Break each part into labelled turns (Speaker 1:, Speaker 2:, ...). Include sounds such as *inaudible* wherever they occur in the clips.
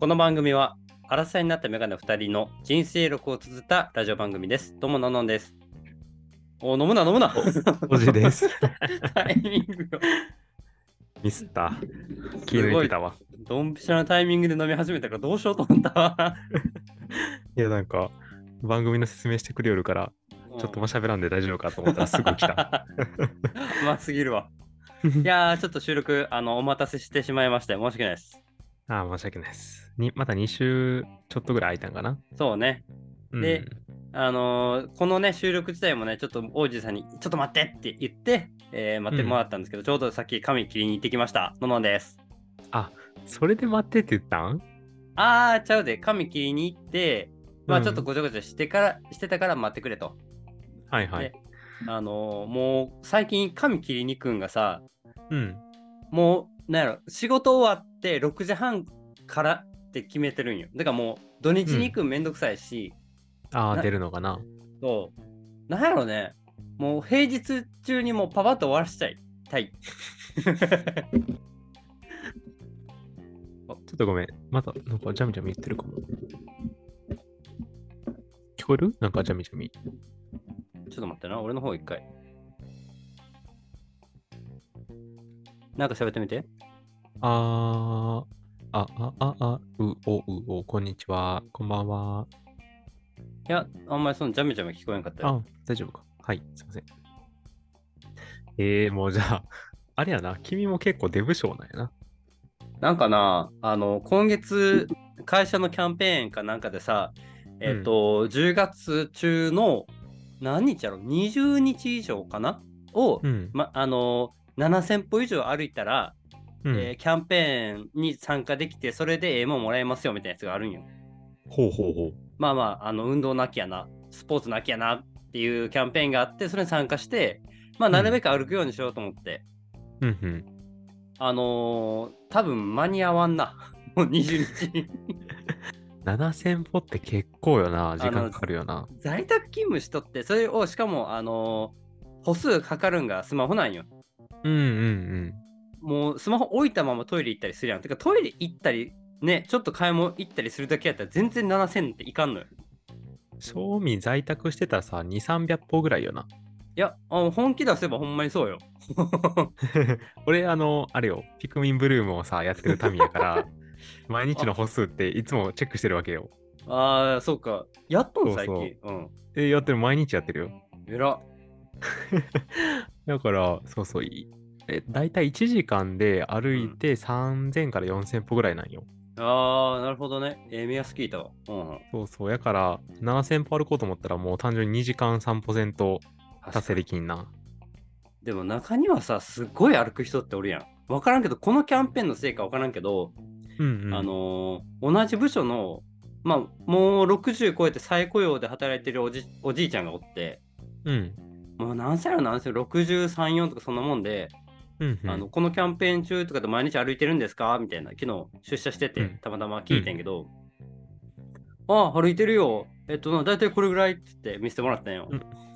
Speaker 1: この番組は、アラサーになったメガネ2人の人生録を綴ったラジオ番組です。どうも、のんのんです。お、飲むな、飲むな
Speaker 2: おじです。
Speaker 1: *laughs* タイミングが
Speaker 2: ミスった。気
Speaker 1: す
Speaker 2: 抜
Speaker 1: ご
Speaker 2: い
Speaker 1: い
Speaker 2: て、たわ。
Speaker 1: ドンピシャなタイミングで飲み始めたからどうしようと思ったわ。
Speaker 2: いや、なんか、番組の説明してくれよるから、 *laughs* ちょっともしゃべらんで大丈夫かと思ったらすぐ来
Speaker 1: *laughs*
Speaker 2: た。
Speaker 1: うますぎるわ。いやー、ちょっと収録、あの、お待たせしてしまいまして、申し訳ないです。
Speaker 2: ああ、申し訳ないです。にまた2週ちょっとぐらい空いたんかな。
Speaker 1: そうね。
Speaker 2: うん、
Speaker 1: であのーこのね、収録自体もね、ちょっと王子さんに、ちょっと待ってって言って、えー待ってもらったんですけど、ちょうどさっき髪切りに行ってきました。ののんです。
Speaker 2: それで待ってって言ったん
Speaker 1: あー、ちゃうで、髪切りに行って、まあ
Speaker 2: うん
Speaker 1: ちょっとごちゃごちゃしてから、してたから待ってくれと。
Speaker 2: はいはい
Speaker 1: ね。あのーもう最近髪切りに行くんがさ、
Speaker 2: うん。
Speaker 1: もう、なんやろ、仕事終わって6時半からって決めてるんよ。だからもう、土日に行くんめんどくさいし、
Speaker 2: ああ、
Speaker 1: な
Speaker 2: 出るのかな。
Speaker 1: そう、なんやろね、もう平日中にもうパパッと終わらせちゃいたい。
Speaker 2: ちょっとごめん。また、なんかジャミジャミ言ってるかも。聞こえるなんかジャミジャミ。
Speaker 1: ちょっと待ってな、俺の方一回。なんか喋ってみて。
Speaker 2: あー。あ、あ、あ、あ、う、お、う、お、こんにちは、こんばんは。
Speaker 1: いや、あんまりそのジャメジャメ聞こえんかったよ。
Speaker 2: あ、大丈夫か。はい、すいません。えー、もうじゃあ、 *laughs* あれやな、君も結構デブ賞なんやな。
Speaker 1: なんかな、あの、今月、会社のキャンペーンかなんかでさ、えっ、と、10月中の何日やろ ?20 日以上かなを、
Speaker 2: うん。
Speaker 1: ま、あの、7000歩以上歩いたら、
Speaker 2: うん
Speaker 1: えーキャンペーンに参加できて、それでええもんもらえますよみたいなやつがあるんよ。
Speaker 2: ほうほうほう。
Speaker 1: まあまあ、あの運動なきやな、スポーツなきやなっていうキャンペーンがあって、それに参加して、まあ、
Speaker 2: うん
Speaker 1: なるべく歩くようにしようと思って、
Speaker 2: うんうん。
Speaker 1: あのー、多分間に合わんな、 *laughs* もう20日。
Speaker 2: 7000歩って結構よな、時間かかるよな。
Speaker 1: 在宅勤務しとって、それをしかも、あのー歩数かかるんがスマホなんよ。
Speaker 2: うんうん
Speaker 1: もうスマホ置いたままトイレ行ったりするやん。てかトイレ行ったり、ね、ちょっと買い物行ったりするだけやったら全然7000っていかんのよ。
Speaker 2: うん。正味在宅してたらさ、2、300歩ぐらいよな。
Speaker 1: いや、あの本気出せばほんまにそうよ。
Speaker 2: 俺、あの、あれよ、ピクミンブルームをさ、やってる民や *laughs* から、毎日の歩数っていつもチェックしてるわけよ。
Speaker 1: ああ、そうか。やっとん
Speaker 2: そう
Speaker 1: 最
Speaker 2: そう
Speaker 1: 近。うん。
Speaker 2: え、やってる、毎日やってるよ。
Speaker 1: えら。
Speaker 2: だから、そうそう、いえ大体1時間で歩いて3000から4000歩ぐらいなんよ。
Speaker 1: ああ、なるほどね。えー、目安聞いたわ。うんうん。
Speaker 2: そうそう、やから7000歩歩こうと思ったらもう単純に2時間散歩せんと達成できんな。
Speaker 1: でも中にはさ、すっごい歩く人っておるやん。わからんけど、このキャンペーンのせいかわからんけど、
Speaker 2: うん、うん。
Speaker 1: あ、のー同じ部署の、まあ、もう60超えて再雇用で働いてるおじおじいちゃんがおって、
Speaker 2: うん。
Speaker 1: もう何歳やろ何歳やろ63、4とかそんなもんで、
Speaker 2: うん、うん。
Speaker 1: あの、このキャンペーン中とかで毎日歩いてるんですかみたいな、昨日出社してて、
Speaker 2: うん
Speaker 1: たまたま聞いてんけど、ああ、歩いてるよ。えっと、な大体これぐらいって言って見せてもらったんよ。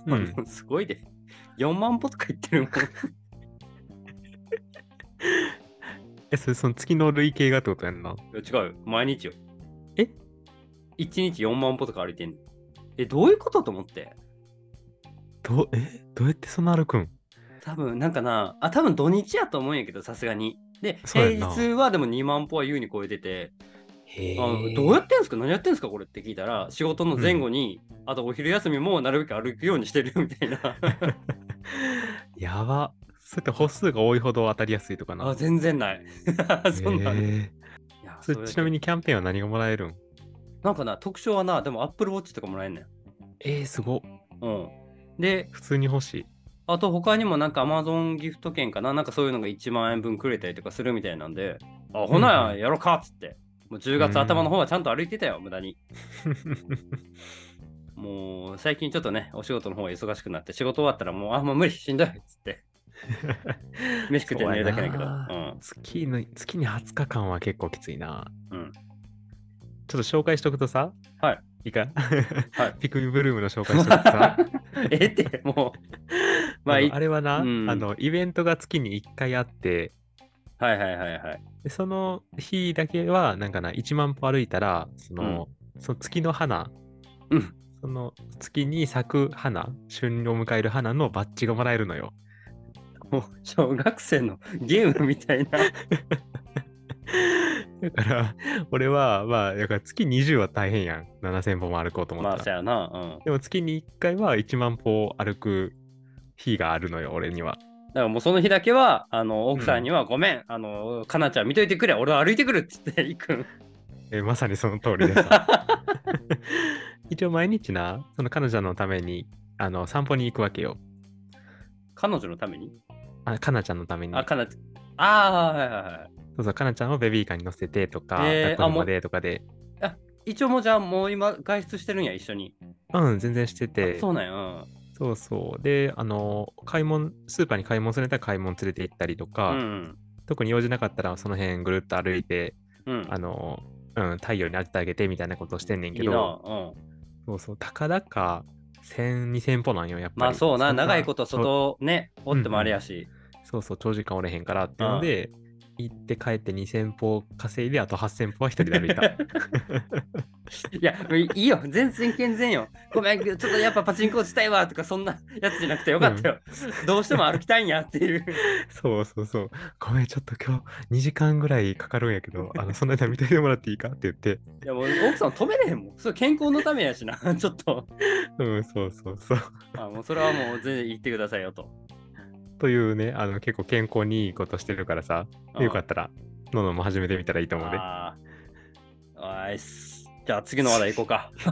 Speaker 2: うん、
Speaker 1: *laughs* すごいで。4万歩とか言ってるもん。 *laughs*
Speaker 2: え、それその月の累計がってことやんな。
Speaker 1: 違うよ。毎日よ。
Speaker 2: え
Speaker 1: ?1 日4万歩とか歩いてんの。え、どういうことと思って。
Speaker 2: どえどうやってそんな歩くん
Speaker 1: 多分なんかな、あ、多分土日やと思うんやけど、さすがに。で、
Speaker 2: そう
Speaker 1: 平
Speaker 2: やんな
Speaker 1: 日はでも2万歩は優に超えてて、
Speaker 2: へ
Speaker 1: あどうやってんすか何やってんすかこれって聞いたら、仕事の前後に、あとお昼休みもなるべく歩くようにしてるよみた
Speaker 2: *laughs*
Speaker 1: いな。
Speaker 2: やば。そうやって歩数が多いほど当たりやすいとかな。
Speaker 1: あ、全然ない。 *laughs* そんなんある。
Speaker 2: へ
Speaker 1: いや
Speaker 2: ーそれちなみ
Speaker 1: に。
Speaker 2: にキャンペーンは何がもらえるん
Speaker 1: なんかな、特徴はな、でも Apple Watch とかもらえんねん。
Speaker 2: えー、すごっ。
Speaker 1: うん。で、
Speaker 2: 普通に欲しい。
Speaker 1: あと他にもなんか Amazon ギフト券かななんかそういうのが1万円分くれたりとかするみたいなんで、あ、ほなやろかっつって。もう10月頭の方はちゃんと歩いてたよ、無駄 *laughs* に。もう最近ちょっとね、お仕事の方が忙しくなって、仕事終わったらもう、あ、もう無理、しんどいっつって。飯食って寝るだけだけ
Speaker 2: そう
Speaker 1: ど。う。
Speaker 2: やなん月の月に20日間は結構きついな、
Speaker 1: うん
Speaker 2: ちょっと紹介しとくとさ
Speaker 1: はい
Speaker 2: いいか、
Speaker 1: はい
Speaker 2: *laughs* ピクミンブルームの紹介しとくとさ
Speaker 1: ええって、 *laughs* もう。まあ、
Speaker 2: あ
Speaker 1: い
Speaker 2: のあれはな、
Speaker 1: うん
Speaker 2: あのイベントが月に1回あって
Speaker 1: はいはいはいはい。
Speaker 2: でその日だけは、なんかな、1万歩歩いたら、その、その月の花、
Speaker 1: うん
Speaker 2: その月に咲く花、旬を迎える花のバッジがもらえるのよ。
Speaker 1: もう小学生のゲームみたいな。
Speaker 2: だから、俺は、まあ、だから月20は大変やん。7000歩も歩こうと思
Speaker 1: ま
Speaker 2: っ
Speaker 1: あ、
Speaker 2: た
Speaker 1: そ
Speaker 2: ら。
Speaker 1: やな。うん。
Speaker 2: でも月に1回は1万歩を歩く日があるのよ、俺には。
Speaker 1: だからもうその日だけは、あの、奥さんには、ごめん、あの、かなちゃん見といてくれ、俺は歩いてくるっつって行くん。
Speaker 2: えまさにその通り
Speaker 1: *laughs*
Speaker 2: でさ。一応毎日な、その彼女のために、あの、散歩に行くわけよ。
Speaker 1: 彼女のために
Speaker 2: あ、かなちゃんのために。
Speaker 1: あ、かなちゃん。ああ、はいはいはい。
Speaker 2: そうそう、かなちゃんをベビーカーに乗せてとか、
Speaker 1: えー
Speaker 2: 抱っこまでとかで。
Speaker 1: 一応もうじゃあもう今外出してるんや一緒に、
Speaker 2: うん、全然してて。
Speaker 1: あそ
Speaker 2: そう
Speaker 1: うなんや、うん
Speaker 2: そうで、あの、買い物、スーパーに買い物されたら買い物連れて行ったりとか、
Speaker 1: うん
Speaker 2: 特に用事なかったらその辺ぐるっと歩いて、
Speaker 1: うん
Speaker 2: あの、うん、太陽に当ててあげてみたいなことしてんねんけ
Speaker 1: いいな、
Speaker 2: ど、
Speaker 1: うん、
Speaker 2: そうそう、たかだか1000、2000歩なんよ、やっぱり。
Speaker 1: まあそうな
Speaker 2: そん
Speaker 1: 長いこと
Speaker 2: そう
Speaker 1: 外ねおってもあれや *laughs* し、
Speaker 2: そうそう、長時間おれへんからっていうので、行って帰って2000歩稼いで、あと8000歩は一人で歩い
Speaker 1: *laughs*
Speaker 2: た。
Speaker 1: いやいいよ全然健全よごめんちょっとやっぱパチンコ打ちたいわとかそんなやつじゃなくてよかったよ、どうしても歩きたいんやっていう
Speaker 2: そうそうそう。ごめん、ちょっと今日2時間ぐらいかかるんやけど、あの、その間見といてもらっていいかって言って、
Speaker 1: いやもう奥さん止めれへんもんそう健康のためやしな *laughs* ちょっと
Speaker 2: うん、そうそうそう。
Speaker 1: あもうそれはもう全然言ってくださいよと
Speaker 2: というね、あの、結構健康にいいことしてるからさ、よかったら、ののも始めてみたらいいと思うで。
Speaker 1: ああ。おいっす。じゃあ次の話題行こうか。 *laughs*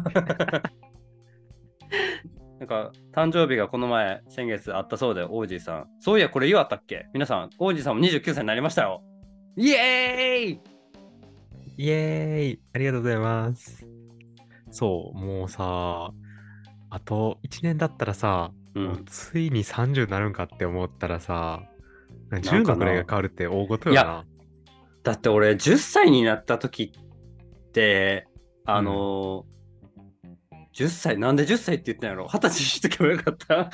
Speaker 1: なんか誕生日がこの前先月あったそうで、オージーさん。そういや、これ言わったっけ皆さん、オージーさんも29歳になりましたよ。イエーイ
Speaker 2: イエーイありがとうございます。そう、もうさ、あと1年だったらさ、
Speaker 1: う、
Speaker 2: もうんついに30になるんかって思ったらさ、
Speaker 1: か
Speaker 2: 10のぐらいが変わるって大ごとよな。
Speaker 1: いやだって俺、10歳になった時って、あのー10歳、なんで10歳って言ったんやろ ?20 歳にしとけばよかった。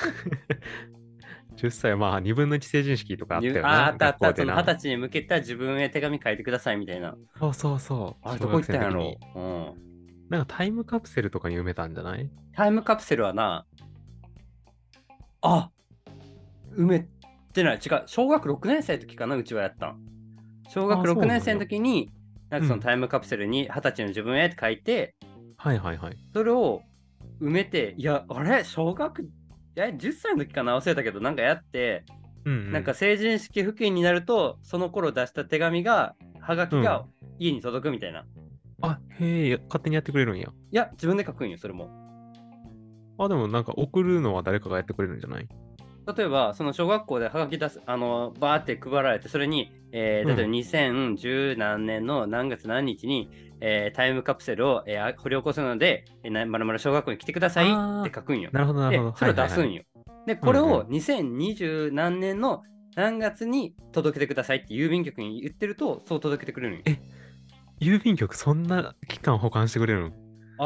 Speaker 2: 10歳はまあ2分の1成人式とかあったよ
Speaker 1: ゆ
Speaker 2: な。
Speaker 1: *laughs* ああったあった、
Speaker 2: 学校
Speaker 1: そ
Speaker 2: で
Speaker 1: の
Speaker 2: な
Speaker 1: 20歳に向けた自分へ手紙書いてくださいみたいな。
Speaker 2: そうそうそう。
Speaker 1: あれどこ行ったんや
Speaker 2: 小学生の
Speaker 1: ろ
Speaker 2: 時に
Speaker 1: うん。
Speaker 2: なんかタイムカプセルとかに埋めたんじゃない
Speaker 1: タイムカプセルはな、あ埋めてない。違う、小学6年生の時かな、うちはやったん。小
Speaker 2: あ
Speaker 1: 学
Speaker 2: そう
Speaker 1: 6
Speaker 2: なんや
Speaker 1: 年生の時に、なんかその
Speaker 2: うん
Speaker 1: タイムカプセルに二十歳の自分へって書いて、
Speaker 2: はいはいはい。
Speaker 1: それを埋めて、いや、あれ、小学、え、10歳の時かな、忘れたけど、なんかやって、
Speaker 2: うん、
Speaker 1: なんか、成人式付近になると、その頃出した手紙が、はがきが家に届くみたいな。い
Speaker 2: あへえ、勝手にやってくれるんや。
Speaker 1: や、自分で書くんよ、それも。
Speaker 2: あ、でもなんか送るのは誰かがやってくれるんじゃない
Speaker 1: 例えばその小学校ではがき出すあのバーって配られてそれに、えー
Speaker 2: うん
Speaker 1: 例えば2010何年の何月何日に、えータイムカプセルを、えーあ掘り起こすので、えーな、まるまる小学校に来てくださいって書くんよ。
Speaker 2: なるほどなる
Speaker 1: で
Speaker 2: ほど。
Speaker 1: それを出す
Speaker 2: はい
Speaker 1: ん
Speaker 2: はい
Speaker 1: よ。でこれ
Speaker 2: うんうん
Speaker 1: を2020何年の何月に届けてくださいって郵便局に言ってるとそう届けてくれるんよ。
Speaker 2: えはい郵便局そんな期間保管してくれるの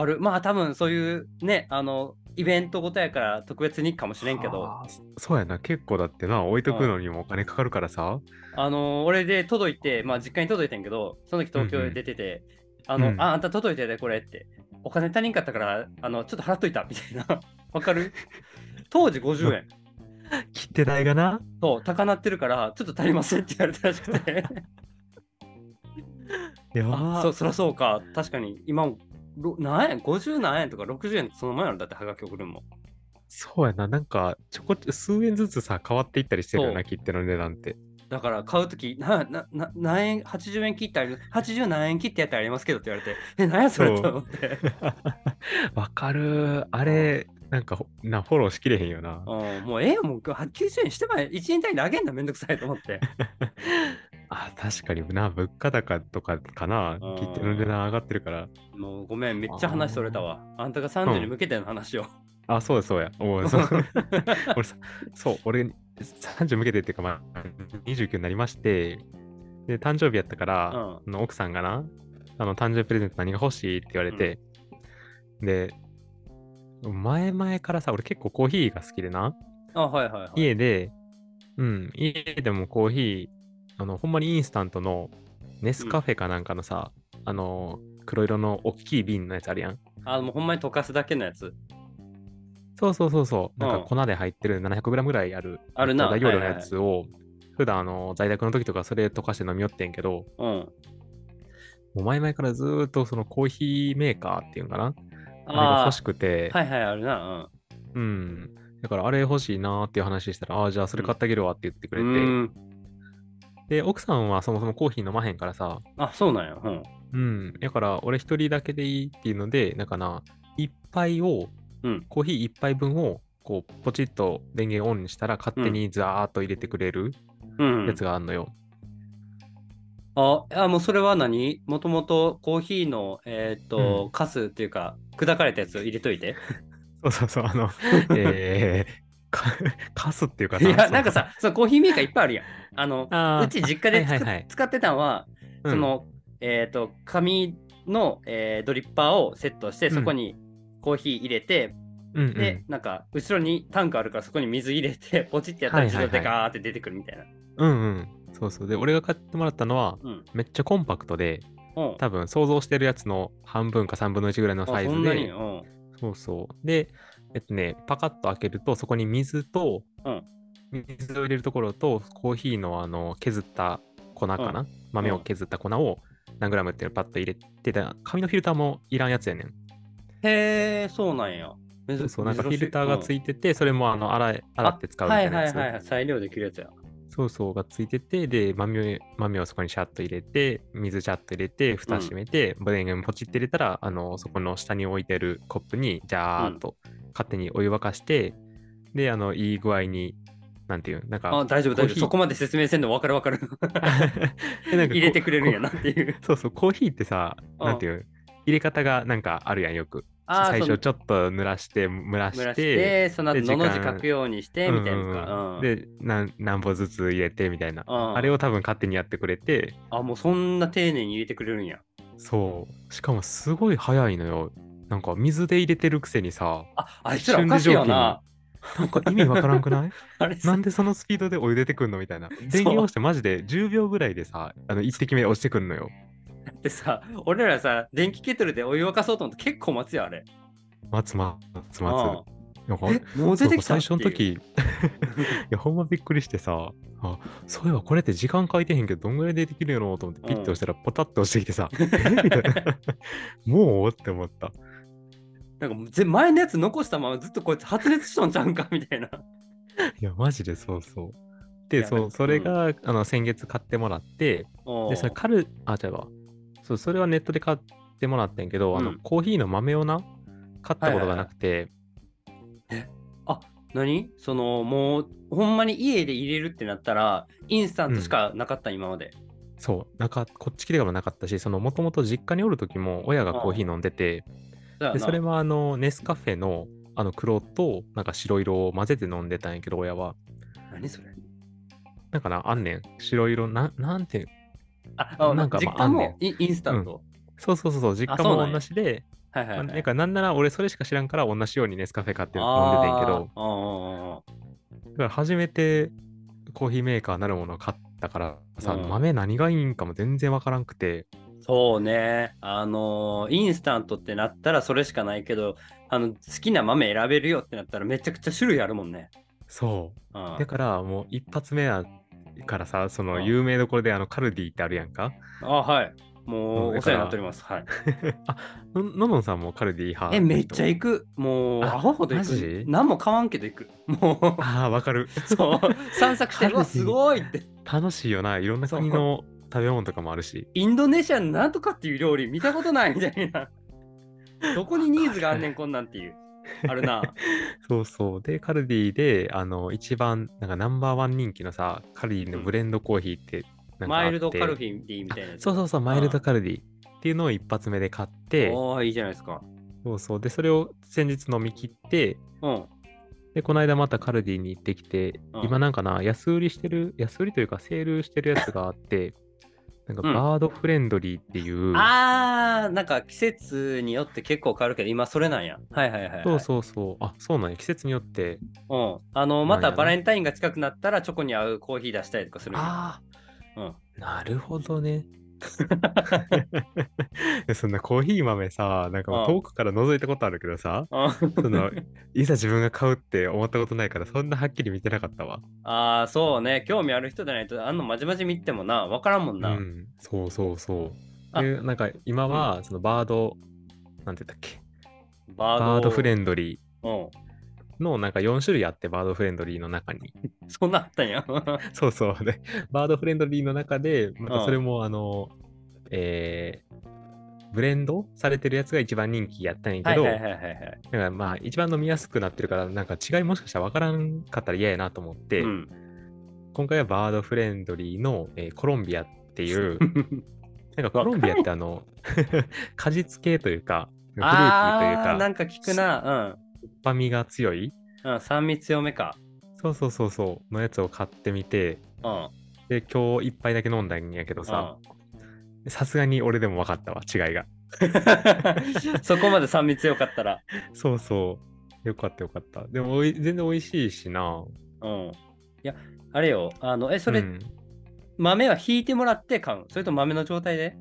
Speaker 1: あるまあ多分そういうねあのイベントごとやから特別にかもしれんけど。
Speaker 2: あーそそうやな、結構だってな、置いとくのにもお金かかるからさ。
Speaker 1: あのー俺で届いて、まあ、実家に届いてんけど、その時東京へ出てて、あの、
Speaker 2: うん
Speaker 1: あ、あんた届いてでこれって、お金足りんかったから、あの、ちょっと払っといたみたいな、わか
Speaker 2: *laughs*
Speaker 1: る当時50円、
Speaker 2: 切手代がな。
Speaker 1: そう、高なってるから、ちょっと足りませんって言われたらしくて、
Speaker 2: やば
Speaker 1: あそうそらそうか、確かに、今も、ろ何円 ?50 何円とか60円とかその前なんだって、はがき送るのも。
Speaker 2: そうやな、なんかちょこちょ数円ずつさ、変わっていったりしてるよな、切手の値段って。
Speaker 1: だから、買う時ななな、何円、80円切ってあり、80何円切ってやってありますけどって言われて、え、何やそれ
Speaker 2: そう
Speaker 1: と思って。 *laughs*
Speaker 2: わかるあれ、なんかほな、フォローしきれへんよ *laughs* な。
Speaker 1: うんもうええよもう90円してまえ1円単位で上げんのめんどくさいと思って。 *laughs*
Speaker 2: あ、確かにな、物価高とかかな
Speaker 1: うん、
Speaker 2: 切手の値段上がってるから。
Speaker 1: もうごめん、めっちゃ話それたわ。あんたが30に向けての話を。
Speaker 2: あ、そうや、そうや。お *laughs* うそう俺さ、そう、俺、30向けてっていうか、まあ、29になりまして、で、誕生日やったから、
Speaker 1: うん
Speaker 2: あの奥さんがな、あの、誕生日プレゼント何が欲しいって言われて、で、前々からさ、俺結構コーヒーが好きでな、
Speaker 1: あ、はいはいはい。
Speaker 2: 家で、うん、家でもコーヒー、あのほんまにインスタントのネスカフェかなんかのさ、あの黒色の大きい瓶のやつあるやん
Speaker 1: あもうほんまに溶かすだけのやつ。
Speaker 2: そうそうそうそうなん
Speaker 1: うん
Speaker 2: か粉で入ってる 700g ぐらいある
Speaker 1: あるな
Speaker 2: 大容量のやつを、普段あの在宅の時とかそれ溶かして飲みよってんけど
Speaker 1: うん。
Speaker 2: もう前々からずーっとそのコーヒーメーカーっていうんかなあれが
Speaker 1: あ
Speaker 2: 欲しくて、
Speaker 1: あ、はいはい、あるな。
Speaker 2: うんだからあれ欲しいなーっていう話したらああーじゃあそれ買ってあげるわって言ってく
Speaker 1: う
Speaker 2: れ
Speaker 1: ん。
Speaker 2: て、
Speaker 1: うん
Speaker 2: で奥さんはそもそもコーヒー飲まへんからさ
Speaker 1: あ、そうなんや。うん。
Speaker 2: うんだから俺一人だけでいいっていうのでなんかな一杯を、
Speaker 1: うん
Speaker 2: コーヒー一杯分をこうポチッと電源オンにしたら勝手にザーっと入れてくれる
Speaker 1: うん、
Speaker 2: やつがあるのよ、
Speaker 1: ああ、もうそれは何もともとコーヒーの、えーっと、カスっていうか、砕かれたやつ入れといて。
Speaker 2: そうそうそう
Speaker 1: *laughs*
Speaker 2: あのえー、か *laughs* かすっていうか
Speaker 1: い
Speaker 2: さ
Speaker 1: や、
Speaker 2: その
Speaker 1: なんかさ、そのコーヒーメーカーいっぱいあるやん。あの、
Speaker 2: *laughs* あー
Speaker 1: うち実家で
Speaker 2: はい
Speaker 1: つく
Speaker 2: はいはい
Speaker 1: 使ってたのは、
Speaker 2: うん
Speaker 1: その、えっ、と、紙の、えードリッパーをセットして、
Speaker 2: うん
Speaker 1: そこにコーヒー入れて、
Speaker 2: うんうん
Speaker 1: で、なんか、後ろにタンクあるから、そこに水入れて、 *laughs* ポチってやったら
Speaker 2: はい
Speaker 1: 自
Speaker 2: はいはい
Speaker 1: 動でガーって出てくるみたいな。
Speaker 2: うんうんそうそうで俺が買ってもらったのは
Speaker 1: うん。
Speaker 2: めっちゃコンパクトで
Speaker 1: うん。
Speaker 2: 多分想像してるやつの半分か3分の1ぐらいのサイ
Speaker 1: あ
Speaker 2: ズ
Speaker 1: そ
Speaker 2: で
Speaker 1: んなにうん。
Speaker 2: そうそう。で、えっとね、パカッと開けると、そこに水と、
Speaker 1: うん
Speaker 2: 水を入れるところと、コーヒーのあの削った粉かな、豆を削った粉を何グラムっていうのをパッと入れてた、紙のフィルターもいらんやつやねん。
Speaker 1: へえ、そうなんや。めず
Speaker 2: そう、なんかフィルターがつ
Speaker 1: いて
Speaker 2: いてて、それもあの洗い洗って使うみたいなやつ。
Speaker 1: はいはいはい、再利用できるやつや。
Speaker 2: そうそうがついてて、で、豆を豆をそこにシャッと入れて、水シャッと入れて、蓋閉めて、ボデングポチって入れたら、あの、そこの下に置いてるコップに、ジャーっと勝手にお湯沸かして、で、あの、いい具合に、なんていう、な
Speaker 1: あ、
Speaker 2: んか、
Speaker 1: 大丈夫、大
Speaker 2: コ
Speaker 1: 丈
Speaker 2: ーヒ
Speaker 1: 夫。
Speaker 2: ー
Speaker 1: そこまで説明せんの分かる分かる。
Speaker 2: *laughs* えなんかこ
Speaker 1: 入れてくれるんやなっていう。
Speaker 2: そうそう、コーヒーってさ、
Speaker 1: うん
Speaker 2: なんていう、入れ方がなんかあるやん、よく。
Speaker 1: あー
Speaker 2: 最
Speaker 1: その
Speaker 2: 初ちょっと濡らして、蒸ら
Speaker 1: 蒸らして
Speaker 2: し、
Speaker 1: て、その後
Speaker 2: で
Speaker 1: の
Speaker 2: 時間
Speaker 1: の字書くようにして、みたいな
Speaker 2: うん
Speaker 1: やつか。うん
Speaker 2: で、なん何本ずつ入れてみたいな。
Speaker 1: うん
Speaker 2: あれを多分勝手にやってくれて、
Speaker 1: あ、もうそんな丁寧に入れてくれるんや。
Speaker 2: そう。しかもすごい早いのよ。なんか水で入れてるくせにさ、
Speaker 1: あ、あいつらおかしいよな。
Speaker 2: なんか意味わからんくない
Speaker 1: *laughs* あれさ
Speaker 2: なんでそのスピードでお湯出てくんのみたいな。電源押してマジで10秒ぐらいでさ、あの1滴目押してくんのよ。
Speaker 1: ってさ、俺らさ、電気ケトルでお湯沸かそうと思って結構待つよ、あれ。
Speaker 2: 待つ待つ
Speaker 1: あ
Speaker 2: 待つ。なんか
Speaker 1: え、もう出てきた
Speaker 2: そう最初
Speaker 1: *laughs*
Speaker 2: の
Speaker 1: っていう。
Speaker 2: 時、いやほんまびっくりしてさ、あそういえばこれって時間書いてへんけど、どんぐらいでできるやろうと思って、ピッて押したら、ポタッと押してきてさ、 *laughs* えみたいなもうって思った。
Speaker 1: なんかぜ前のやつ残したままずっとこいつ発熱しとんちゃうんかみたいな。
Speaker 2: いや、マジでそうそう。
Speaker 1: い
Speaker 2: で、
Speaker 1: や
Speaker 2: そ
Speaker 1: うん
Speaker 2: うそれが、あの先月買ってもらって、
Speaker 1: おう
Speaker 2: で、それカル、あ、違うわ。そう、それはネットで買ってもらったんやけど、あ
Speaker 1: う
Speaker 2: の
Speaker 1: ん
Speaker 2: コーヒーの豆をな、買ったことがなくて、
Speaker 1: 何そのもうほんまに家で入れるってなったらインスタントしかなかった、今まで。
Speaker 2: そう、なんか、こっち来てからなかったし、その、もともと実家におる時も、親がコーヒー飲んでて、
Speaker 1: だよ
Speaker 2: で
Speaker 1: な
Speaker 2: それはあのネスカフェのあの黒となんか白色を混ぜて飲んでたんやけど親は
Speaker 1: 何それ
Speaker 2: なんかなあんねん白色ななんて
Speaker 1: ああ
Speaker 2: な
Speaker 1: なんん
Speaker 2: か
Speaker 1: か実
Speaker 2: まあ
Speaker 1: 家
Speaker 2: あんね
Speaker 1: もインインスタント。
Speaker 2: そうそうそうそう実家
Speaker 1: そうなん
Speaker 2: も
Speaker 1: や
Speaker 2: 同じで
Speaker 1: はいはい、
Speaker 2: ま
Speaker 1: は
Speaker 2: あ
Speaker 1: い。
Speaker 2: なんかなんなら俺それしか知らんから同じようにネスカフェ買って飲んでてんやけど
Speaker 1: あーうんうんうん
Speaker 2: だから初めてコーヒーメーカーなるものを買ったからさ、
Speaker 1: うん
Speaker 2: 豆何がいいんかも全然わからんくて
Speaker 1: そうね。あのーインスタントってなったらそれしかないけど、あの、好きな豆選べるよってなったらめちゃくちゃ種類あるもんね。
Speaker 2: そううんだ。からもう一発目やからさその
Speaker 1: うん
Speaker 2: 有名どころであのカルディってあるやんか
Speaker 1: あ、はい。も
Speaker 2: うん
Speaker 1: う、お世話になっております。はい。
Speaker 2: のののんさんもカルディ派
Speaker 1: え、めっちゃ行く。もう、
Speaker 2: あ
Speaker 1: アホほど行
Speaker 2: マジ
Speaker 1: く。何も買わんけど行く。も
Speaker 2: ああわかる
Speaker 1: う、そう、
Speaker 2: *laughs*
Speaker 1: 散策して、
Speaker 2: カルディ
Speaker 1: うわ、すごいって。
Speaker 2: 楽しいよないろんな国の食べ物とかもあるし
Speaker 1: インドネシアのなんとかっていう料理見たことないみたい
Speaker 2: *laughs*
Speaker 1: な。どこにニーズがあんねん、こんなんっていう。ある
Speaker 2: *laughs*
Speaker 1: な。
Speaker 2: そうそうでカルディであの一番なんかナンバーワン人気のさカルディのブレンドコーヒーってなんかあって
Speaker 1: マイルドカルフィンでいいみたいなやつ。
Speaker 2: そうそうそうマイルドカルディっていうのを一発目で買って
Speaker 1: おーいいじゃないですか。
Speaker 2: そうそうでそれを先日飲み切って
Speaker 1: うん。
Speaker 2: でこの間またカルディに行ってきて、
Speaker 1: うん
Speaker 2: 今なんかな安売りしてる安売りというかセールしてるやつがあってなんか
Speaker 1: うん
Speaker 2: バードフレンドリーっていう、
Speaker 1: あー、なんか季節によって結構変わるけど、今それなんや。はいはいはい、はい。
Speaker 2: そうそうそうあそうなんや季節によって
Speaker 1: うん。あの、ま
Speaker 2: なんや
Speaker 1: た
Speaker 2: な
Speaker 1: バレンタインが近くなったらチョコに合うコーヒー出したりとかするんや
Speaker 2: ああ、
Speaker 1: うん。
Speaker 2: なるほどね。 *laughs* そんなコーヒー豆さ、なんかもう
Speaker 1: うん
Speaker 2: 遠くから覗いたことあるけどさ、
Speaker 1: あ
Speaker 2: そのいざ自分が買うって思ったことないから、そんなはっきり見てなかったわ。
Speaker 1: *laughs* あー、そうね。興味ある人じゃないと、あんのまじまじ見てもな、わからんもん
Speaker 2: う
Speaker 1: な。
Speaker 2: ん、そうそうそう。
Speaker 1: あ
Speaker 2: いうなんか今は、そのバード、なんて言ったっけ、
Speaker 1: バード
Speaker 2: バードフレ
Speaker 1: ン
Speaker 2: ンドリー。
Speaker 1: ド。
Speaker 2: のなんか4種類あってバードフレンドリーの中に *laughs*
Speaker 1: うん。そうなったん *laughs* や。う
Speaker 2: そうそうでバードフレンドリーの中でまたそれもあの、えーブレンドされてるやつが一番人気やったんや
Speaker 1: は
Speaker 2: け
Speaker 1: い
Speaker 2: ど、
Speaker 1: はいはいはいはい。
Speaker 2: だからまあ一番飲みやすくなってるからなんか違いもしかしたら分からんかったら嫌やなと思って、
Speaker 1: うん。
Speaker 2: 今回はバードフレンドリーの、えーコロンビアって
Speaker 1: *laughs*
Speaker 2: いうなんかコ
Speaker 1: わかん
Speaker 2: ロンビアってあの *laughs* 果実系というかフルーティーという
Speaker 1: あ
Speaker 2: か
Speaker 1: ー、なんか聞くな。
Speaker 2: 酸味が強い
Speaker 1: うん。うん、酸味強めか。
Speaker 2: そうそうそうそうのやつを買ってみて
Speaker 1: うん。
Speaker 2: で今日一杯だけ飲んだんやけどさ
Speaker 1: うん
Speaker 2: さすがに俺でも分かったわ違いが
Speaker 1: *laughs* そこまで酸味強かったら。
Speaker 2: そうそうよかったよかったでもおい全然美味しいしな
Speaker 1: うん。いや、あれよ。あの、え、それ、
Speaker 2: うん
Speaker 1: 豆は引いてもらって買うそれと豆の状態で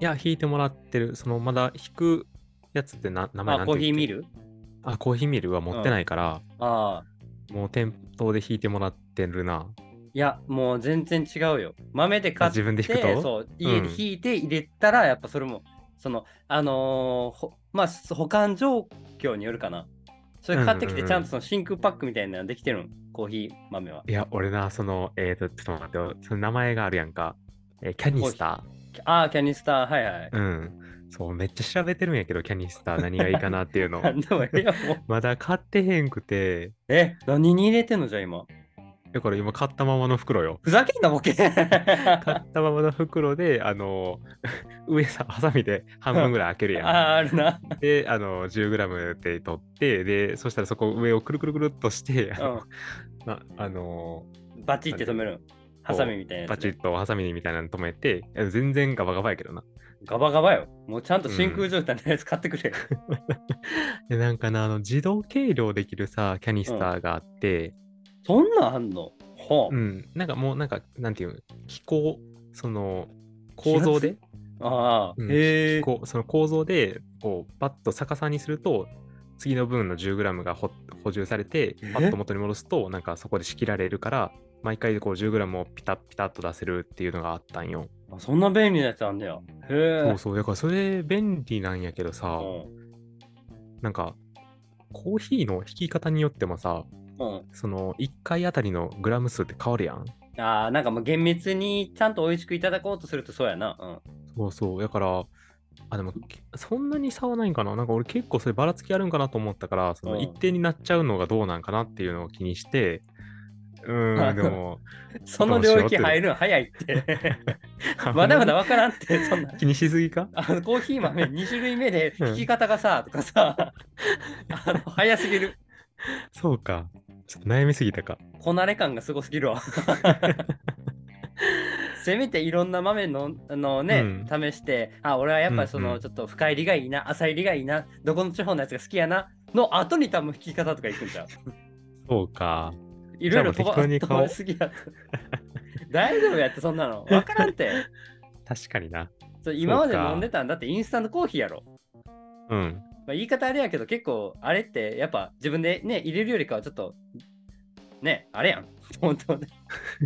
Speaker 2: いや、引いてもらってる。そのまだ引くやつってな名前
Speaker 1: あ、
Speaker 2: なん
Speaker 1: コ
Speaker 2: て
Speaker 1: ーヒ
Speaker 2: 言
Speaker 1: ー
Speaker 2: うっけ
Speaker 1: ミル
Speaker 2: あ、コーヒーミルは持ってないから、
Speaker 1: ああ。
Speaker 2: もう店頭で引いてもらってるな。
Speaker 1: いや、もう全然違うよ。豆で買って、
Speaker 2: 自分で引くと
Speaker 1: そう、家で引いて入れたら、やっぱそれも、その、あのーほまあ、す保管状況によるかな。それ買ってき
Speaker 2: うんうん
Speaker 1: て、
Speaker 2: うん
Speaker 1: ちゃんとその真空パックみたいなのできてるん、コーヒー豆は。
Speaker 2: いや、俺な、その、えーと、ちょっと待って、その名前があるやんか。えーキャニスタ
Speaker 1: ああ、キャニスター、はいはい。。
Speaker 2: ー。うん。そう、めっちゃ調べてるんやけど、キャニスター何がいいかなっていうの
Speaker 1: *laughs* なんでもええやんもう
Speaker 2: まだ買ってへんくて、
Speaker 1: え、何に入れてんのじゃあ今。
Speaker 2: だから今買ったままの袋よ。
Speaker 1: ふざけんな、ボケ。
Speaker 2: 買
Speaker 1: *laughs* あ
Speaker 2: ったままの袋で、あの、 *laughs* 上さ、ハサミで半分ぐらい開けるやん。
Speaker 1: あ、あるな。
Speaker 2: で、あの、10g で取って、で、そしたらそこ上をくるくるくるっとして、あの、なあの
Speaker 1: バチって止めるん。ハサミみたいなやつ
Speaker 2: バチッとハサミみたいなの止めて、いや全然ガバガバやけどな。
Speaker 1: ガバガバよ。もうちゃんと真空状態のやつ買ってくれ。
Speaker 2: で、なんかな、あの、自動計量できるさ、キャニスターがあって、
Speaker 1: そんなんあんのほ
Speaker 2: うん、なんかもう、なんか、なんていうの、気候、その、構造で、
Speaker 1: ああ、
Speaker 2: うん
Speaker 1: へえ。
Speaker 2: こうその構造で、こう、バッと逆さにすると、次の分の 10g がほ補充されて
Speaker 1: え、
Speaker 2: パッと元に戻すと、なんかそこで仕切られるから、毎回こう 10g をピタッピタッと出せるっていうのがあったんよ。
Speaker 1: あそんな便利なやつあんだよ。へえ。
Speaker 2: そうそう、だからそれ便利なんやけどさ、なんか、コーヒーの引き方によってもさ、
Speaker 1: うん。う
Speaker 2: その1回あたりのグラム数って変わるやん。
Speaker 1: ん。ああ、なんかもう厳密にちゃんと美味しくいただこうとするとそうやな。うん。
Speaker 2: そうそう、だから、あ、でも、きそんなに差はないんかな。なんか俺結構そればらつきあるんかなと思ったから、その
Speaker 1: うん
Speaker 2: 一定になっちゃうのがどうなんかなっていうのを気にして、うーん、でも、
Speaker 1: その領域入るん早い *laughs* って。 *laughs* まだまだ分からんって、そんな。
Speaker 2: 気にしすぎか
Speaker 1: あのコーヒー豆2種類目で引き方がさ、とかさ、あの早すぎる。
Speaker 2: そうか。ちょっと悩みすぎたか。
Speaker 1: こなれ感がすごすぎる
Speaker 2: *laughs*
Speaker 1: わ。せめていろんな豆のあのね、試して、あ、俺はやっぱそ
Speaker 2: うん
Speaker 1: の、
Speaker 2: うん
Speaker 1: ちょっと深入りがいいな、浅入りがいいな、どこの地方のやつが好きやな、の後に多分弾き方とかいくんじゃん。
Speaker 2: そうか。
Speaker 1: いろいろ
Speaker 2: じゃ
Speaker 1: 飛
Speaker 2: あもう
Speaker 1: ば
Speaker 2: 適当に
Speaker 1: 飛
Speaker 2: 買おう
Speaker 1: ばしすぎや。大丈夫やって、そんなの。わからん
Speaker 2: *laughs*
Speaker 1: って。
Speaker 2: 確かにな。
Speaker 1: そう今まで
Speaker 2: そうか
Speaker 1: 飲んでたんだってインスタントコーヒーやろ。
Speaker 2: うん。
Speaker 1: まあ、言い方あれやけど、結構、あれって、やっぱ自分でね、入れるよりかはちょっと、ね、あれやん。本当ね。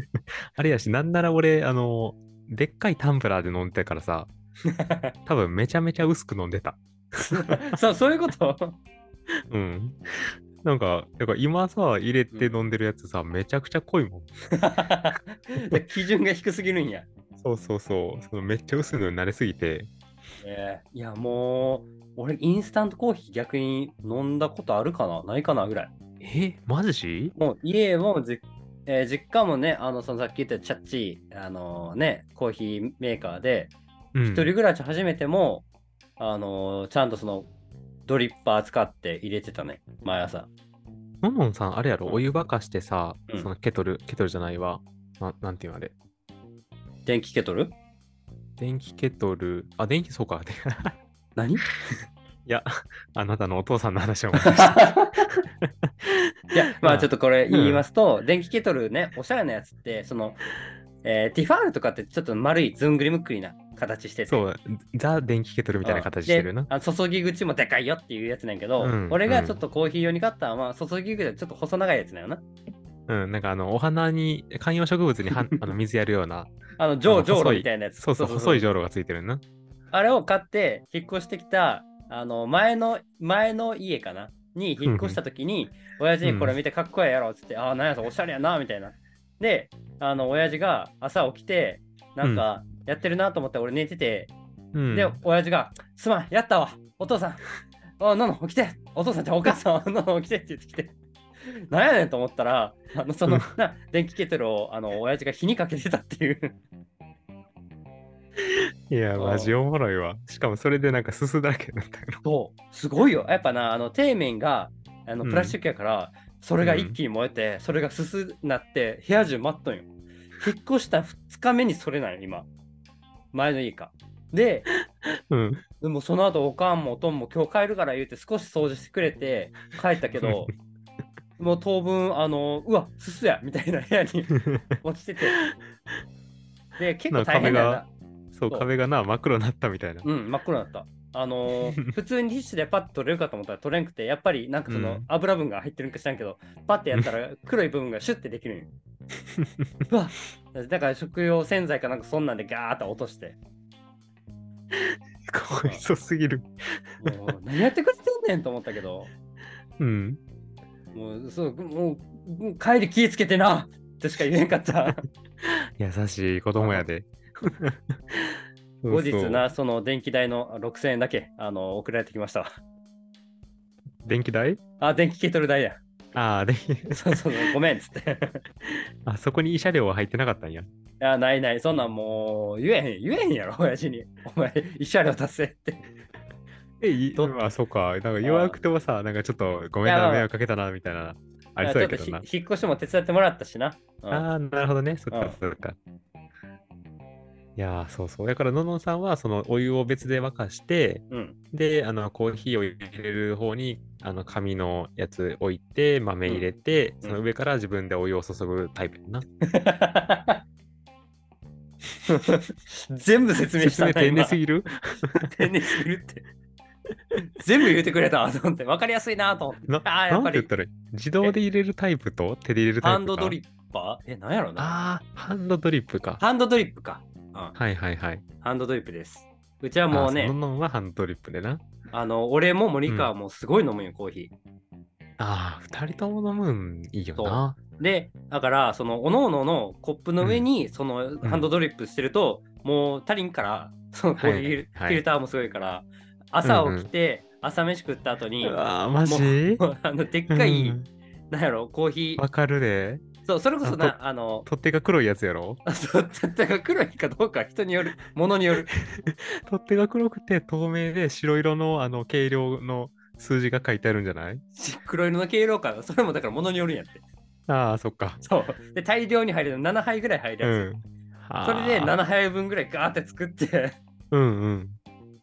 Speaker 1: *laughs*
Speaker 2: あれやし、なんなら俺、あの、でっかいタンブラーで飲んでたからさ、
Speaker 1: *laughs*
Speaker 2: 多分めちゃめちゃ薄く飲んでた。
Speaker 1: そう、そういうこと。 *laughs*
Speaker 2: うん。なんか、だから今さ、入れて飲んでるやつさ、めちゃくちゃ濃いもん。
Speaker 1: で基準が低すぎるんや。
Speaker 2: そうそうそう。そのめっちゃ薄いのに慣れすぎて。
Speaker 1: えーいやもう俺インスタントコーヒー逆に飲んだことあるかなないかなぐらい。
Speaker 2: えマジ
Speaker 1: もう家もじ、えー実家もねあのそのさっき言ったチャッチーあのねコーヒーメーカーで
Speaker 2: うん。
Speaker 1: 一人暮らし始めても、あのちゃんとそのドリッパー使って入れてたね毎朝。
Speaker 2: のんのんさん、あれやろ、お湯沸かしてさ、
Speaker 1: うん
Speaker 2: そのケトル、ケトルじゃないわ。ななんていうのあれ。
Speaker 1: 電気ケトル
Speaker 2: 電気ケトル、あ、電気、そうか。 *laughs* で
Speaker 1: 何 *laughs* い
Speaker 2: いや、あなたのお父さんの話を思い *laughs* 出した
Speaker 1: やまあちょっとこれ言いますと、電気ケトルねおしゃれなやつってその、えーティファールとかってちょっと丸いずんぐりむっくりな形してて
Speaker 2: そう、ザ電気ケトルみたいな形してるよな。
Speaker 1: あ注ぎ口もでかいよっていうやつなんやけど、
Speaker 2: うん
Speaker 1: 俺がちょっとコーヒー用に買ったのは注ぎ口はちょっと細長いやつなんよな
Speaker 2: うん、なんかあの、お花に、観葉植物に *laughs* はあの水やるような、
Speaker 1: あのじょ
Speaker 2: あ
Speaker 1: う
Speaker 2: の
Speaker 1: じょうろ
Speaker 2: 細い
Speaker 1: みたいなやつ
Speaker 2: そうそう、細いじょうろがついてるな。
Speaker 1: あれを買って引っ越してきたあの前の前の家かなに引っ越した時に、親父にこれ見てかっこええやろっつって、ああ、なんやそれおしゃれやなみたいな。で、あの親父が朝起きて、なんかやってるなと思って俺寝てて、
Speaker 2: うん。
Speaker 1: で、親父が、すまん、やったわ、お父さん、あのの起きて、お父さんじゃお母さん、のの起きてって言ってきて。なんやねんと思ったら、あのその、
Speaker 2: うん
Speaker 1: な電気ケトルをあの親父が火にかけてたっていう。
Speaker 2: いや、
Speaker 1: そう
Speaker 2: マジおもろいわ。しかもそれでなんかすすだらけになったよな。
Speaker 1: そう、すごいよ。やっぱな、あの底面があの
Speaker 2: うん
Speaker 1: プラスチックやから、それが一気に燃えて、それがすすなって、部屋中待っとんよ。引っ越した2日目にそれなんよ、今。前の家か。で、
Speaker 2: うん。
Speaker 1: でもその後、おかんもおとんも今日帰るから言うて、少し掃除してくれて、帰ったけ
Speaker 2: *laughs*
Speaker 1: ど、もう当分、あの、うわ、すすやみたいな部屋に *laughs* 落ちてて。で、結構大変だよ
Speaker 2: なん
Speaker 1: な
Speaker 2: か。そう、
Speaker 1: そう
Speaker 2: 壁がな、真っ黒になったみたいな。
Speaker 1: うん、真っ黒になった。あの
Speaker 2: *laughs*
Speaker 1: ー普通にティッシュでパッと取れるかと思ったら取れんくて、やっぱりなんかそうの
Speaker 2: ん
Speaker 1: 油分が入ってるんか知らんけど、パッてやったら黒い部分がシュッてで
Speaker 2: *laughs*
Speaker 1: きるんようわだから食用洗剤かなんかそんなんでガーッと落として、
Speaker 2: かわいそうすぎる。
Speaker 1: もう何やってくれてんねんと思ったけど、
Speaker 2: うん。
Speaker 1: もうそうもうもう帰り気ぃつけてなってしか言えんかった。
Speaker 2: 優しい子供やで。そう
Speaker 1: 後日
Speaker 2: そう。
Speaker 1: な、その電気代の6000円だけあの送られてきましたわ。
Speaker 2: 電気代
Speaker 1: あ、電気ケトル代や。
Speaker 2: ああ、電気。
Speaker 1: そうそうそう、ごめんっつって。
Speaker 2: あそこに慰謝料は入ってなかったんや。
Speaker 1: いや、ないない、そんなんもう言えへん、言えへんやろ、 *laughs* 親父に。お前、一車両達成って。
Speaker 2: え、い
Speaker 1: ど
Speaker 2: あ、そうか。なんか弱くてもさ、なんかちょっとごめん
Speaker 1: いやま
Speaker 2: な、
Speaker 1: あ
Speaker 2: 迷惑かけたな、みたいな。あり
Speaker 1: い
Speaker 2: そう
Speaker 1: やちょっ
Speaker 2: やけ
Speaker 1: と
Speaker 2: ど
Speaker 1: ひ
Speaker 2: な。
Speaker 1: 引っ越しも手伝ってもらったしな。うん
Speaker 2: ああ、なるほどね。そっ
Speaker 1: うん
Speaker 2: か、そっか。いやーそうそう。だから、ののんさんは、そのお湯を別で沸かして、
Speaker 1: うん。
Speaker 2: *laughs* で、あの、コーヒーを入れる方に、あの、紙のやつ置いて、豆入れて、
Speaker 1: ん
Speaker 2: その上から自分でお湯を注ぐタイプやな。
Speaker 1: 全部説明し
Speaker 2: 説
Speaker 1: た
Speaker 2: 明
Speaker 1: な
Speaker 2: 丁寧す
Speaker 1: ぎ
Speaker 2: ぎる
Speaker 1: 丁寧すぎるって。全部言ってくれたわと思って、分かりやすいなと思って。
Speaker 2: な
Speaker 1: あーや
Speaker 2: な
Speaker 1: っ
Speaker 2: ん
Speaker 1: ぱ
Speaker 2: て
Speaker 1: り
Speaker 2: 言ったらいい自動で入れるタイプと手で入れるタイプか
Speaker 1: ハンドドリッパーえ、なんやろな。
Speaker 2: ああ、ハンドドリップか。
Speaker 1: ハンドドリップか。
Speaker 2: はいはいはい。
Speaker 1: ハンドドリップです。うちはもう
Speaker 2: あー
Speaker 1: ね
Speaker 2: そ、ののんはハンドドリップでな。
Speaker 1: あの、俺も森川もすごい飲むよ、コーヒー。
Speaker 2: ああ、二人とも飲むんいいよな。
Speaker 1: でだからそのおのののコップの上にそのハンドドリップしてると、もう足りんからそのこう
Speaker 2: はい
Speaker 1: いうフ
Speaker 2: はい
Speaker 1: ィルターもすごいから、朝起きて、朝飯食った後に
Speaker 2: う
Speaker 1: も
Speaker 2: わーマジ
Speaker 1: うあのでっかい、
Speaker 2: うん
Speaker 1: なんやろコーヒ
Speaker 2: わ
Speaker 1: ー
Speaker 2: かるで。
Speaker 1: そうそれこそ
Speaker 2: あ
Speaker 1: なあの
Speaker 2: 取っ手が黒いやつやろ
Speaker 1: あ *laughs* そうだから黒いかどうかは人によるものによる
Speaker 2: 取っ手が黒くて透明で白色のあの計量の数字が書いてあるんじゃない
Speaker 1: 黒色の経路感それもだからものによるんやって
Speaker 2: ああ、そっか。
Speaker 1: そうで大量に入るの7杯ぐらい入
Speaker 2: う
Speaker 1: るやつ、
Speaker 2: ん。
Speaker 1: それで
Speaker 2: あー
Speaker 1: 7杯分ぐらいガーって作って
Speaker 2: うんうん。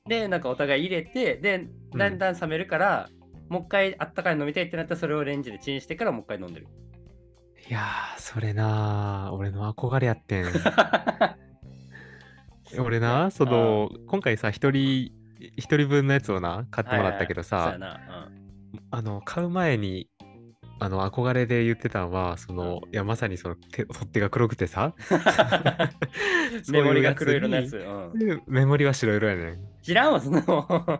Speaker 1: でなんかお互い入れてで
Speaker 2: うん
Speaker 1: だんだん冷めるから、もう一回あったかいの飲みたいってなったらそれをレンジでチンしてからもう一回飲んでる
Speaker 2: いやー、それなー、俺の憧れやってん。 *laughs* 俺な、その、今回さ、一人、一人分のやつをな、買ってもらったけどさ、
Speaker 1: はいはいはいそうやな
Speaker 2: *laughs* あの買う前にあの憧れで言ってたのはそのいやまさにその手取っ手が黒く
Speaker 1: *laughs*
Speaker 2: てさ
Speaker 1: うんメモリが黒色のやつ、
Speaker 2: そういう
Speaker 1: うん、
Speaker 2: にでメモリは白色やねん
Speaker 1: 知らんわそんなもん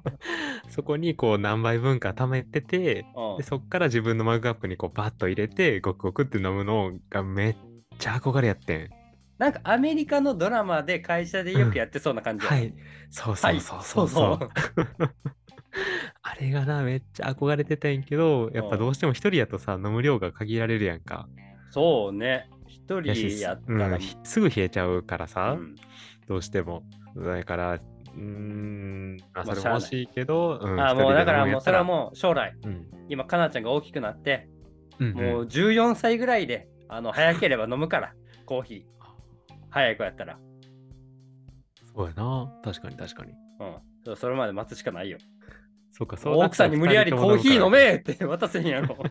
Speaker 2: そこにこう何倍分か貯めてて
Speaker 1: うん
Speaker 2: でそっから自分のマグカップにこうバッと入れてゴクゴクって飲むのがめっちゃ憧れやってん
Speaker 1: なんかアメリカのドラマで会社でよくやってそうな感じや、
Speaker 2: はいそうそうそうそうそう、
Speaker 1: はい
Speaker 2: *laughs* あれがなめっちゃ憧れてたんやけどやっぱどうしても一人やとさ飲む量が限られるやんか
Speaker 1: そうね一
Speaker 2: やし
Speaker 1: 人やった
Speaker 2: う
Speaker 1: ら、
Speaker 2: んひすぐ冷えちゃうからさ、
Speaker 1: うん
Speaker 2: どうしても。だから、うーん、まあ、
Speaker 1: ま
Speaker 2: そ
Speaker 1: あ
Speaker 2: れも欲しいけど、うん
Speaker 1: あ
Speaker 2: 一人で
Speaker 1: もうだから
Speaker 2: 飲むんや
Speaker 1: もう
Speaker 2: った
Speaker 1: それはもう将来
Speaker 2: うん、
Speaker 1: 今かなちゃんが大きくなって、
Speaker 2: うんうん
Speaker 1: もう14歳ぐらいであの早ければ飲むからコーヒー早い子やったら
Speaker 2: そうやな、確かに確かに。
Speaker 1: うんそう、それまで待つしかないよ。
Speaker 2: そうか、そうなっ
Speaker 1: 奥さ
Speaker 2: たら
Speaker 1: んに無理やり
Speaker 2: 二
Speaker 1: コ
Speaker 2: 人とも
Speaker 1: ーヒー飲
Speaker 2: むか
Speaker 1: めって渡せへんや
Speaker 2: *laughs*
Speaker 1: ろ。
Speaker 2: ら。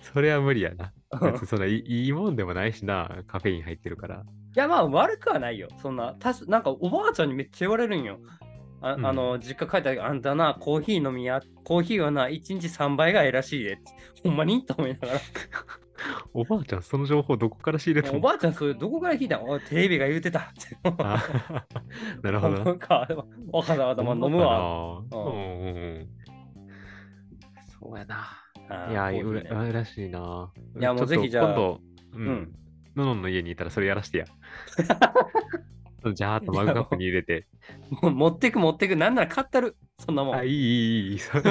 Speaker 2: それは無理やな。別にそんないいいいもんでもないしな、カフェイン入ってるから。
Speaker 1: やまあ悪くはないよ。そんな、たしなんかおばあちゃんにめっちゃ言われるんよ。あ,、
Speaker 2: うん
Speaker 1: あの実家帰ったらあんだな、コーヒー飲みや、コーヒーはな、1日3倍がええらしいで。ほんまにと思いなが
Speaker 2: *laughs*
Speaker 1: ら。
Speaker 2: おばあちゃん、その情報どこから仕入れた
Speaker 1: お
Speaker 2: の
Speaker 1: ばあちゃん、それどこから聞いたのおいテレビが言うてたって。
Speaker 2: あなるほ
Speaker 1: *laughs*
Speaker 2: どな。
Speaker 1: なんか、わかったわかった、まあ飲むわ。
Speaker 2: ほんまかな。うんうん
Speaker 1: そうやな。
Speaker 2: うん。いや、
Speaker 1: あーコ
Speaker 2: う
Speaker 1: ーヒーね
Speaker 2: ら、らしいな。
Speaker 1: いやもう
Speaker 2: ちょっと
Speaker 1: ぜひじゃあ
Speaker 2: 今度、う
Speaker 1: うん
Speaker 2: ん。ののんの家にいたらそれやら
Speaker 1: *laughs*
Speaker 2: してや。じゃーっとマグカップに入れて。
Speaker 1: もう *laughs* 持ってく持ってく、なんなら買ったる。そんなも
Speaker 2: あ、
Speaker 1: ん
Speaker 2: い。い、
Speaker 1: *laughs*
Speaker 2: いい、いい。それ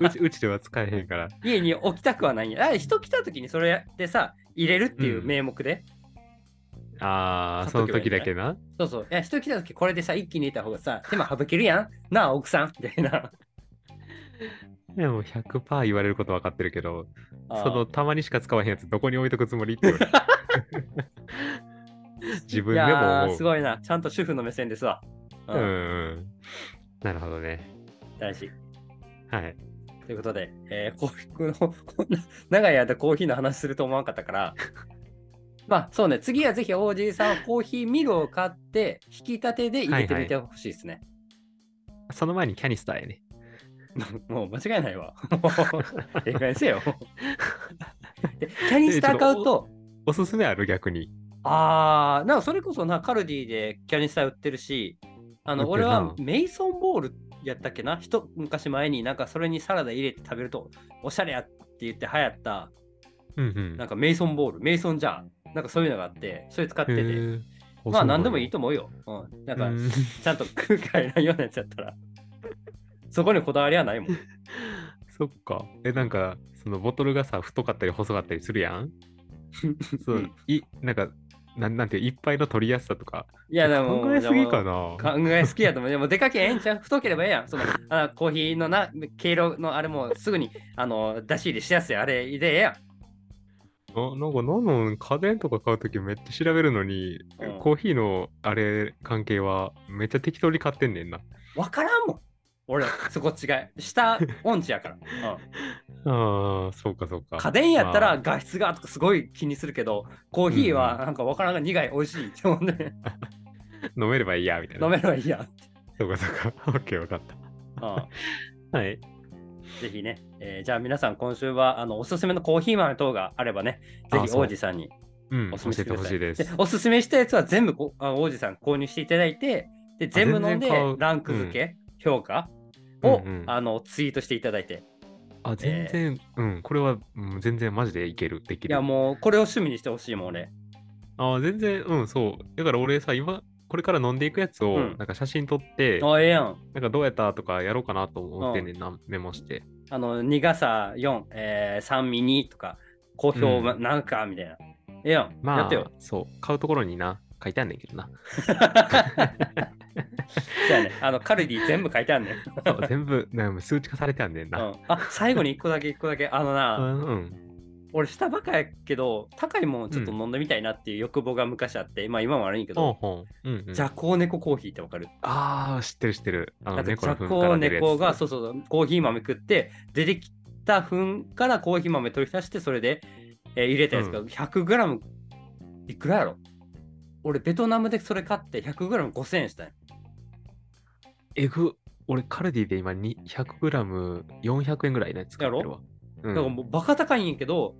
Speaker 2: うちうちでは使えへんから。
Speaker 1: 家に置きたくはないんや。あ人来た時にそれでさ、入れるっていう
Speaker 2: うん
Speaker 1: 名目で。
Speaker 2: ああ、そ
Speaker 1: 買っ
Speaker 2: の
Speaker 1: とけ
Speaker 2: 時
Speaker 1: ばいい
Speaker 2: だ
Speaker 1: ん
Speaker 2: け
Speaker 1: じ
Speaker 2: な。
Speaker 1: そうそう。いや、人来た時これでさ、一気に入れた方がさ、手間省けるやん。なあ、奥さん *laughs* みたいな。
Speaker 2: でも100%言われること分かってるけど、
Speaker 1: あー
Speaker 2: そのたまにしか使わへんやつどこに置いとくつもりっ
Speaker 1: *laughs*
Speaker 2: て俺自分で
Speaker 1: い
Speaker 2: も
Speaker 1: や
Speaker 2: 思
Speaker 1: ー
Speaker 2: う
Speaker 1: す。ごいな。ちゃんと主婦の目線ですわ。う
Speaker 2: うん
Speaker 1: ん。
Speaker 2: うん。なるほどね。
Speaker 1: 大事。
Speaker 2: はい。
Speaker 1: ということで、えー、コーヒーこの、 *laughs* こんな長い間コーヒーの話すると思わんかったから、 *laughs* まあそうね、次はぜひおじいさんはコーヒーミルを買って、引き立てで入れてみてほしいですね。
Speaker 2: その前にキャニスターやね。
Speaker 1: もう間違いないわ。 *laughs* ええ加減せ *laughs* よ。でキャニスター買う
Speaker 2: えち
Speaker 1: と、
Speaker 2: おすすめある逆に。
Speaker 1: あー、なんかそれこそな、カルディでキャニスター売ってるし、あの、
Speaker 2: 売って
Speaker 1: 俺
Speaker 2: るな
Speaker 1: はメイソンボールやったっけな、一昔前になんかそれにサラダ入れて食べると、おしゃれやって言って流行った、
Speaker 2: うんうん。
Speaker 1: なんかメイソンボール、メイソンジャー、なんかそういうのがあって、それ使って
Speaker 2: へ
Speaker 1: て、
Speaker 2: ー
Speaker 1: まあ何でもいいと思うよ。うん、なんか、
Speaker 2: うん *laughs*
Speaker 1: ちゃんと *laughs* 空海のようなやつやったら、そこにこだわりはないもん。
Speaker 2: そっか。え、なんか、そのボトルがさ、太かったり細かったりするやん。そうう、
Speaker 1: ん
Speaker 2: い、なんか、なんなんていう、いっぱいの取りやすさとか。
Speaker 1: いや、でも、
Speaker 2: 考えすぎか
Speaker 1: でも
Speaker 2: な。
Speaker 1: 考えすぎやと思う。でも、出かけええんちゃう太ければええやん。その、あコーヒーのな、経路のあれもすぐに、あの、出し入れしやすい、あれでええやん。
Speaker 2: あなんか、なんなん家電とか買うときめっちゃ調べるのに、
Speaker 1: うん
Speaker 2: コーヒーのあれ関係はめっちゃ適当に買ってんねんな。
Speaker 1: わからんもん。俺、そこ違い。下音痴やから。うん
Speaker 2: ああ、そうかそうか。
Speaker 1: 家電やった
Speaker 2: ま
Speaker 1: ら
Speaker 2: あ
Speaker 1: 画質がとかすごい気にするけど、コーヒーはなんかわからんが苦い、美味しいって思うんで、
Speaker 2: 飲めればいいや、みたいな。
Speaker 1: 飲めればいいや。
Speaker 2: そうかそうか。 *laughs* オッケー、わかっ
Speaker 1: うん
Speaker 2: た。はい。
Speaker 1: ぜひね、えーじゃあ皆さん今週はあのおすすめのコーヒー豆等があればね、ぜ
Speaker 2: あ
Speaker 1: ひ
Speaker 2: そう
Speaker 1: 王子さんに
Speaker 2: うん、
Speaker 1: お
Speaker 2: 教
Speaker 1: すすめし
Speaker 2: え
Speaker 1: て
Speaker 2: て
Speaker 1: くだ
Speaker 2: ほ
Speaker 1: さい。
Speaker 2: しいです。
Speaker 1: おすすめしたやつは全部こあ王子さん購入していただいて、で全部飲ん
Speaker 2: 全
Speaker 1: で
Speaker 2: 然買う
Speaker 1: ランク付け、評価を、
Speaker 2: うんうん
Speaker 1: あのツイートしていただいて、
Speaker 2: あ、全然、うん、これは、うん、全然マジでいける、でき
Speaker 1: い
Speaker 2: る。
Speaker 1: やもうこれを趣味にしてほしいもんね。
Speaker 2: あー全然、うん、そう。だから俺さ、今、これから飲んでいくやつを、
Speaker 1: うん
Speaker 2: なんか写真撮って、
Speaker 1: あ、ええやん。
Speaker 2: なんかどうやったとかやろうかなと思ってんねんな、メモして。
Speaker 1: あの苦さ4、えー酸味2とか、好評
Speaker 2: うん
Speaker 1: なんかみたいな。ええやん、
Speaker 2: まあ、
Speaker 1: やってよ。
Speaker 2: そう、買うところにな、書いてあんねんけどな。
Speaker 1: じゃあね、あのカルディ全部書いてあるねん。
Speaker 2: そう全部、なんか数値化されてあんねん
Speaker 1: う
Speaker 2: *laughs* な。
Speaker 1: んあ最後に1個だけ1個だけあのな、
Speaker 2: うん、うん。
Speaker 1: 俺下バカやけど高いもんをちょっと飲んでみたいなっていう欲望が昔あって、まあ今もあるんやけ
Speaker 2: ほ
Speaker 1: ど、
Speaker 2: うほう。うん、うん。
Speaker 1: ジャコウネココーヒーってわかる
Speaker 2: ああ、知ってる知ってる。
Speaker 1: な
Speaker 2: あの、
Speaker 1: んかジ
Speaker 2: 猫の
Speaker 1: ャ
Speaker 2: 糞
Speaker 1: コ
Speaker 2: から
Speaker 1: ウ
Speaker 2: 出
Speaker 1: ネ
Speaker 2: る
Speaker 1: コ
Speaker 2: やつ。
Speaker 1: がそうそうそうコーヒー豆食って出てきた粉からコーヒー豆取り出してそれで、えー入れたやつが
Speaker 2: う
Speaker 1: 100g いくらやろ俺ベトナムでそれ買って 100g5000 円したんや
Speaker 2: えぐ。俺、カルディで今に 100g400 円ぐらいのやつ買ってるわ。う
Speaker 1: だ
Speaker 2: ん
Speaker 1: からもうバカ高いんやけど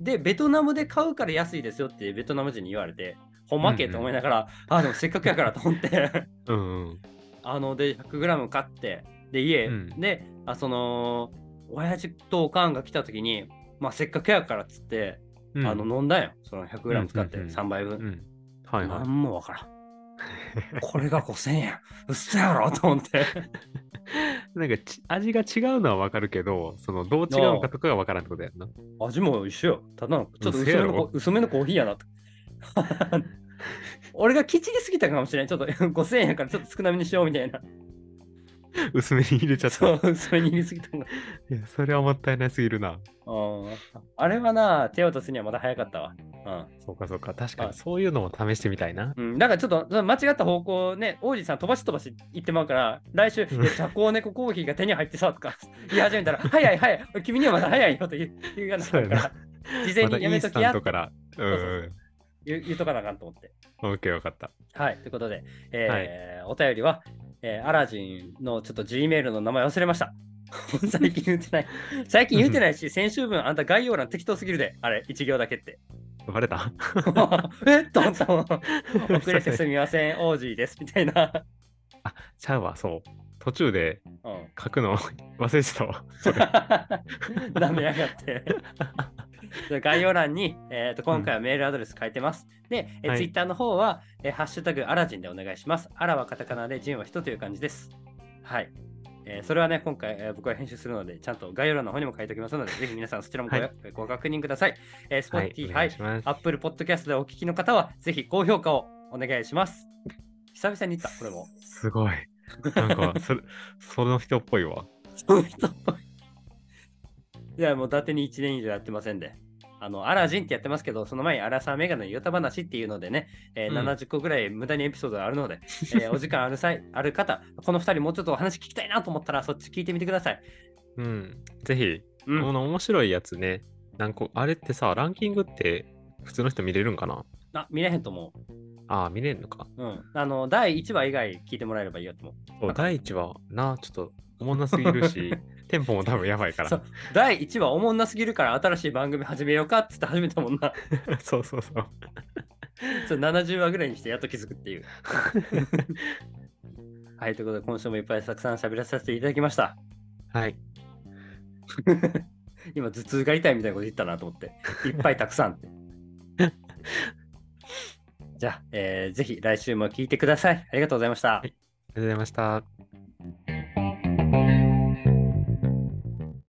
Speaker 1: でベトナムで買うから安いですよってベトナム人に言われてほんまけと思いながら、あでもせっかくやからと思って *laughs*
Speaker 2: うんうん。
Speaker 1: あので 100g 買ってで家、
Speaker 2: うん
Speaker 1: であその親父とおかんが来た時に、まあ、せっかくやからっつって、
Speaker 2: うん
Speaker 1: あの飲んだんよその 100g 使って
Speaker 2: うんうんうん
Speaker 1: 3杯分、
Speaker 2: うん。はい
Speaker 1: な
Speaker 2: はい。
Speaker 1: んもわからん
Speaker 2: *laughs*
Speaker 1: これが5000円うっせやろと思って
Speaker 2: なんかち味が違うのはわかるけど、そのどう違うのかとかがわからんってことやんな。
Speaker 1: 味も一緒よただのちょっと
Speaker 2: うっ
Speaker 1: 薄
Speaker 2: せや
Speaker 1: め
Speaker 2: ろ
Speaker 1: のコ薄めのコーヒーやなと *laughs* 俺がきちりすぎたかもしれないちょっと5000円や *laughs* からちょっと少なめにしようみたいな
Speaker 2: 薄めに入れちゃった。
Speaker 1: そ
Speaker 2: いう
Speaker 1: 薄めに入れすぎたんだ
Speaker 2: やそれはもったいなすぎるな。
Speaker 1: うんあれはな手を出すにはまだ早かったわうん
Speaker 2: そうかそうか。確か
Speaker 1: はい
Speaker 2: にそういうのも試してみたいな。
Speaker 1: うん、だからちょっとその間違った方向ね、王子さん飛ばし飛ばし行ってまうから、来週、い
Speaker 2: うん
Speaker 1: やジャコウネココーヒーが手に入ってさとか *laughs* 言い始めたら、早い早い、君にはまだ早いよと言う言うがなる
Speaker 2: そうや
Speaker 1: か
Speaker 2: な
Speaker 1: ら、事前
Speaker 2: まだ
Speaker 1: に
Speaker 2: イ
Speaker 1: やめ
Speaker 2: ー
Speaker 1: と
Speaker 2: ス
Speaker 1: き
Speaker 2: タ
Speaker 1: や
Speaker 2: ントから。
Speaker 1: そ
Speaker 2: うん
Speaker 1: う
Speaker 2: うん
Speaker 1: 言う言うとかなあかんと思って。
Speaker 2: オッケー、わかった。
Speaker 1: はい、ということで、えーお便りは、えーアラジンのちょっと G メールの名前忘れました。 *laughs* 最近言ってない。最近言ってないし、先週分あんた概要欄適当すぎるで、あれ、1行だけ
Speaker 2: *laughs*
Speaker 1: って。 *laughs*
Speaker 2: バレた
Speaker 1: えっと思ったもん
Speaker 2: *laughs*
Speaker 1: 遅れてすみません、オージーです、みたいな。
Speaker 2: ちゃうわ、そう。途中で
Speaker 1: うん
Speaker 2: 書くの *laughs* 忘れてたわ。
Speaker 1: ダメやがって。概要欄に、えー、と今回はメールアドレス書いてます。で、え
Speaker 2: はい
Speaker 1: ツイッター Twitter の方は、えーハッシュタグアラジンでお願いします。アラはカタカナでジンは人という感じです。はい。えーそれはね、今回、えー僕は編集するので、ちゃんと概要欄の方にも書いておきますの
Speaker 2: *laughs*
Speaker 1: で、ぜひ皆さんそちらもご,、
Speaker 2: はい
Speaker 1: ご確認ください。えー、
Speaker 2: はい、お
Speaker 1: Spotify、
Speaker 2: 願いします。
Speaker 1: Apple Podcast でお聞きの方は、ぜひ高評価をお願いします。久々に言った、これも。
Speaker 2: すごい。なんか、それ、その人っぽいわ。
Speaker 1: その人っぽい。いや、もう伊達に1年以上やってませんで。あの、アラジンってやってますけど、その前にアラサーメガネのヨタ話っていうのでね、えー
Speaker 2: うん
Speaker 1: 70個ぐらい無駄にエピソードがあるので、えーお時間ある際、ある方、この2人もうちょっとお話聞きたいなと思ったら、そっち聞いてみてください。
Speaker 2: うん。ぜひ、
Speaker 1: うん。
Speaker 2: この面白いやつね。なんか、あれってさ、ランキングって普通の人見れるんかな
Speaker 1: あ、見れへんと思
Speaker 2: ああ、見れんのか。
Speaker 1: う。うん。あの、第1話以外聞いてもらえればいいよと思う。
Speaker 2: そう第一話、な、ちょっと、おもんなすぎる *laughs* し、テンポも多分やばいから。
Speaker 1: そ
Speaker 2: そうう
Speaker 1: 第1話おもんなすぎるから新しい番組始めようかっつって始めたもんな。
Speaker 2: そうそうそう。
Speaker 1: それ70話ぐらいにしてやっと気づくっていう。はい、ということで今週もいっぱいたくさん喋らさせていただきました。
Speaker 2: はい。
Speaker 1: 今、頭痛が痛いみたいなこと言ったなと思って、いっぱいたくさんって。じゃあ、えーぜひ来週も聞いてください。ありがとうございました。
Speaker 2: いありがとうございました。